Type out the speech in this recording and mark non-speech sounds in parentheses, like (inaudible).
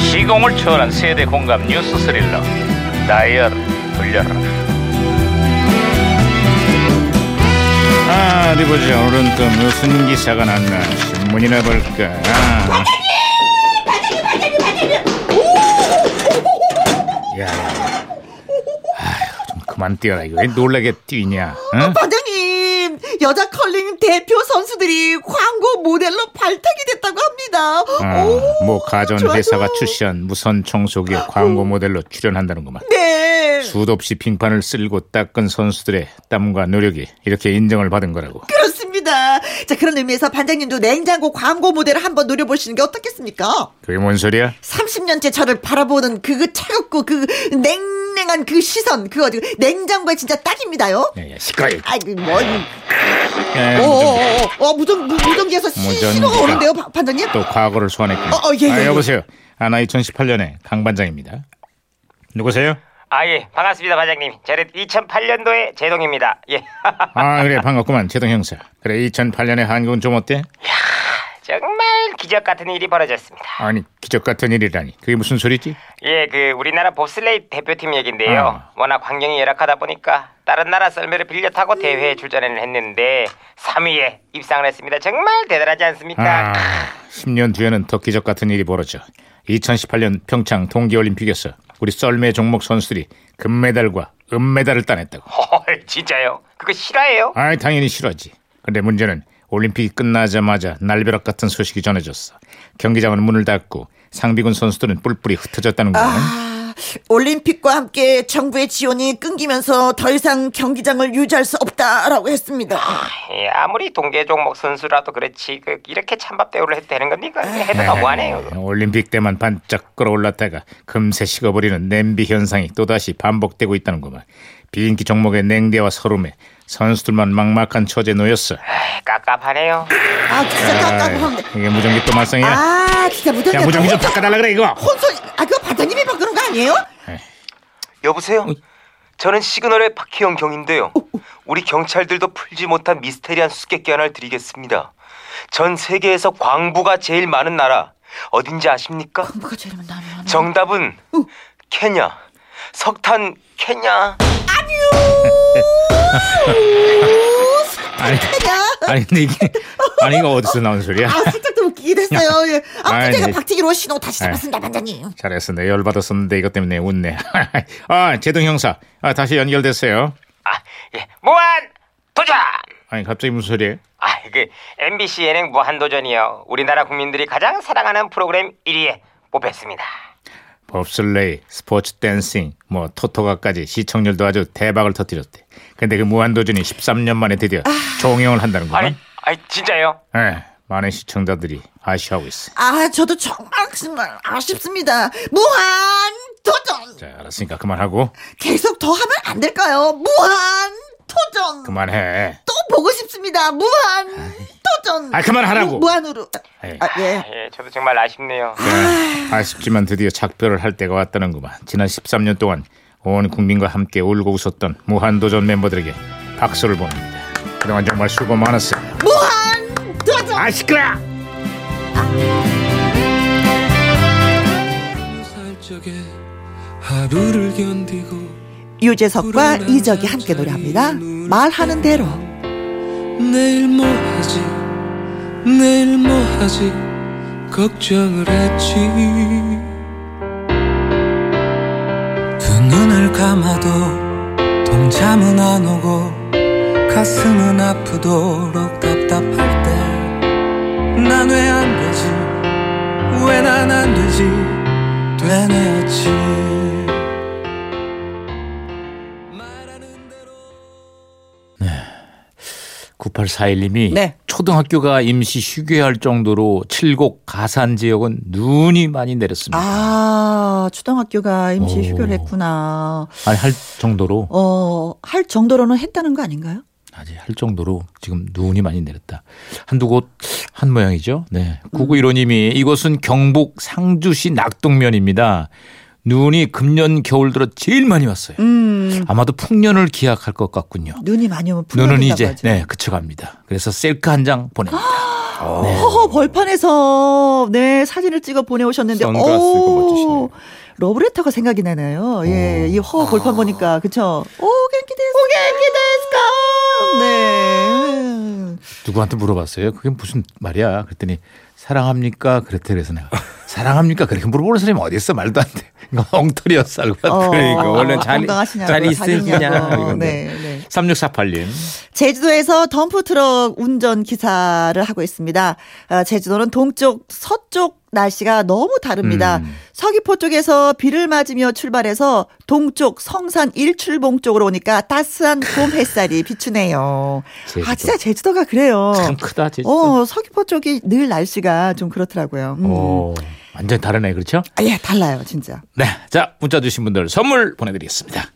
시공을 초월한 세대 공감 뉴스 스릴러 다이얼 돌려라 아 어디 보자 오늘은 또 무슨 기사가 났나 신문이나 볼까 야, 아휴, 좀 그만 뛰어라 이거 왜 놀라게 뛰냐? 응? 과장님, 여자 컬링 대표 선수들이 광고 모델로 발탁이 됐다고 합니다. 아, 오, 뭐 가전 좋아요. 회사가 출시한 무선 청소기 광고 모델로 출연한다는구만. 네, 수도 없이 빙판을 쓸고 닦은 선수들의 땀과 노력이 이렇게 인정을 받은 거라고. 그렇습니다. 자, 그런 의미에서 반장님도 냉장고 광고 모델을 한번 노려보시는 게 어떻겠습니까? 그게 뭔 소리야? 30년째 저를 바라보는 그 차갑고 그 냉랭한 그 시선, 그거 지금 냉장고에 진짜 딱입니다요. 야, 야, 예, 시끄러워. 예, 아이고, 뭐, 네, 야, 어, 무슨- 어, 어, 어, 무전, 무- 무전기에서 시- 무전기가. 신호가 오는데요, 바- 반장님? 또 과거를 소환했군요. 어, 어, 예, 아, 예, 여보세요. 아나 2018년의 강 반장입니다. 누구세요? 아예 반갑습니다 반장님 저는 2008년도에 제동입니다 예아 (laughs) 그래 반갑구만 제동 형사. 그래 2008년의 한국은 좀 어때? 정말 기적 같은 일이 벌어졌습니다 아니 기적 같은 일이라니 그게 무슨 소리지? 예 그 우리나라 봅슬레이 대표팀 얘긴데요 음. 워낙 환경이 열악하다 보니까 다른 나라 썰매를 빌려 타고 음. 대회에 출전을 했는데 3위에 입상을 했습니다 정말 대단하지 않습니까 아 10년 뒤에는 더 기적 같은 일이 벌어져. 2018년 평창 동계올림픽에서 우리 썰매 종목 선수들이 금메달과 은메달을 따냈다고. (laughs) 헐 진짜요 그거 실화예요 아이 당연히 싫어하지. 근데 문제는 올림픽이 끝나자마자 날벼락 같은 소식이 전해졌어. 경기장은 문을 닫고 상비군 선수들은 뿔뿔이 흩어졌다는 거야. 아, 올림픽과 함께 정부의 지원이 끊기면서 더 이상 경기장을 유지할 수 없다라고 했습니다. 예, 아무리 동계 종목 선수라도 그렇지 그 이렇게 찬밥 대우를 해도 되는 겁니까 해도 너무하네요 에이, 올림픽 때만 반짝 끌어올랐다가 금세 식어버리는 냄비 현상이 또다시 반복되고 있다는 거만. 비인기 종목의 냉대와 서름에 선수들만 막막한 처지에 놓였어. 에이, 아, 깝깝하네요 아, 진짜 깜깜한데. 에이, 이게 무전기 또 말썽이야. 아, 진짜 무전기. 야 무전기 좀 바꿔달라 그래 이거. 혼선, 아, 그거 반장님이 바꾸는 거 아니에요? 여보세요? 저는 시그널의 박희영 경인데요. 우리 경찰들도 풀지 못한 미스테리한 수수께끼 하나를 드리겠습니다. 전 세계에서 광부가 제일 많은 나라 어딘지 아십니까? 뭐가 저러면 나면. 정답은 케냐. 석탄 케냐. 아니, 아니 근데 이게 아니 이거 어디서 나온 소리야? 아, 살짝 더 웃기긴 했어요. 예. 아, 아이, 근데 제가 네. 박치기로 신호 다시 아이. 잡았습니다, 반장님. 잘했어. 내 열받았었는데 이것 때문에 웃네. (laughs) 아, 제동 형사. 아, 다시 연결됐어요. 아예 무한 도전 아니, 갑자기 무슨 소리예요? 아, 그 MBC 예능 무한도전이요. 우리나라 국민들이 가장 사랑하는 프로그램 1위에 뽑혔습니다. 법슬레이, 스포츠 댄싱, 뭐 토토가까지 시청률도 아주 대박을 터뜨렸대. 근데 그 무한도전이 13년 만에 드디어 종영을 한다는 아. 아니, 거야. 아니 진짜요? 예. 많은 시청자들이 아쉬워하고 있어. 아, 저도 정말, 정말 아쉽습니다. 무한 도전! 자, 알았으니까 그만하고 계속 더 하면 안 될까요? 무한 도전! 그만해. 또 보고 싶습니다. 무한 도전. 아, 그만하라고. 무, 무한으로. 에이. 아, 예. 예, 저도 정말 아쉽네요. 예, 아쉽지만 드디어 작별을 할 때가 왔다는구만. 지난 13년 동안 온 국민과 함께 울고 웃었던 무한도전 멤버들에게 박수를 보냅니다. 그동안 정말 수고 많았어요. 무한 도전. 아 시끄러! 살 적에 하루를 견디고 유재석과 이적이 함께 노래합니다. 말하는 대로. 내일 뭐 하지 내일 뭐 하지 걱정을 했지 두 눈을 감아도 동참은 안 오고 가슴은 아프도록 답답할 때 난 왜 안 되지 왜 난 안 되지 되뇌었지 말하는 대로 9841님이 네. 초등학교가 임시 휴교할 정도로 칠곡 가산 지역은 눈이 많이 내렸습니다. 아, 초등학교가 임시 오. 휴교를 했구나. 아니 할 정도로 어, 할 정도로는 했다는 거 아닌가요? 아직 할 정도로 지금 눈이 많이 내렸다. 한두 곳 한 모양이죠. 네. 9915님이 이곳은 경북 상주시 낙동면입니다. 눈이 금년 겨울 들어 제일 많이 왔어요. 예. 음, 아마도 풍년을 기약할 것 같군요. 눈이 많이 오면 눈은 풍요롭다고 네, 아! 이제 하죠. 네 그쳐갑니다. 그래서 셀카 한 장 보냅니다. 허허 벌판에서 네 사진을 찍어 보내오셨는데 선글라스 오, 이거 멋지시네요. 러브레터가 생각이 나나요? 예, 이 허허 아. 벌판 보니까 그쵸? 오 겐키 데스까? 오 네. 누구한테 물어봤어요. 그게 무슨 말이야? 그랬더니 사랑합니까? 그랬대 그래서 내가 사랑합니까? 그렇게 물어보는 사람이 어디 있어? 말도 안 돼. 이거 엉터리였어. 어, (laughs) 그러니까 원래 어, 잘- 건강하시냐고, 잘 있으시냐, 다니냐고. 이건데. 네, 네. 3648님. 제주도에서 덤프트럭 운전 기사를 하고 있습니다. 아, 제주도는 동쪽, 서쪽 날씨가 너무 다릅니다. 음. 서귀포 쪽에서 비를 맞으며 출발해서 동쪽 성산 일출봉 쪽으로 오니까 따스한 봄 햇살이 (laughs) 비추네요. 제주도. 아, 진짜 제주도가 그래요. 참 크다. 제주도. 어, 서귀포 쪽이 늘 날씨가 좀 그렇더라고요. 음. 오, 어, 완전히 다르네. 그렇죠? 아, 예, 달라요, 진짜. 네. 자, 문자 주신 분들 선물 보내드리겠습니다.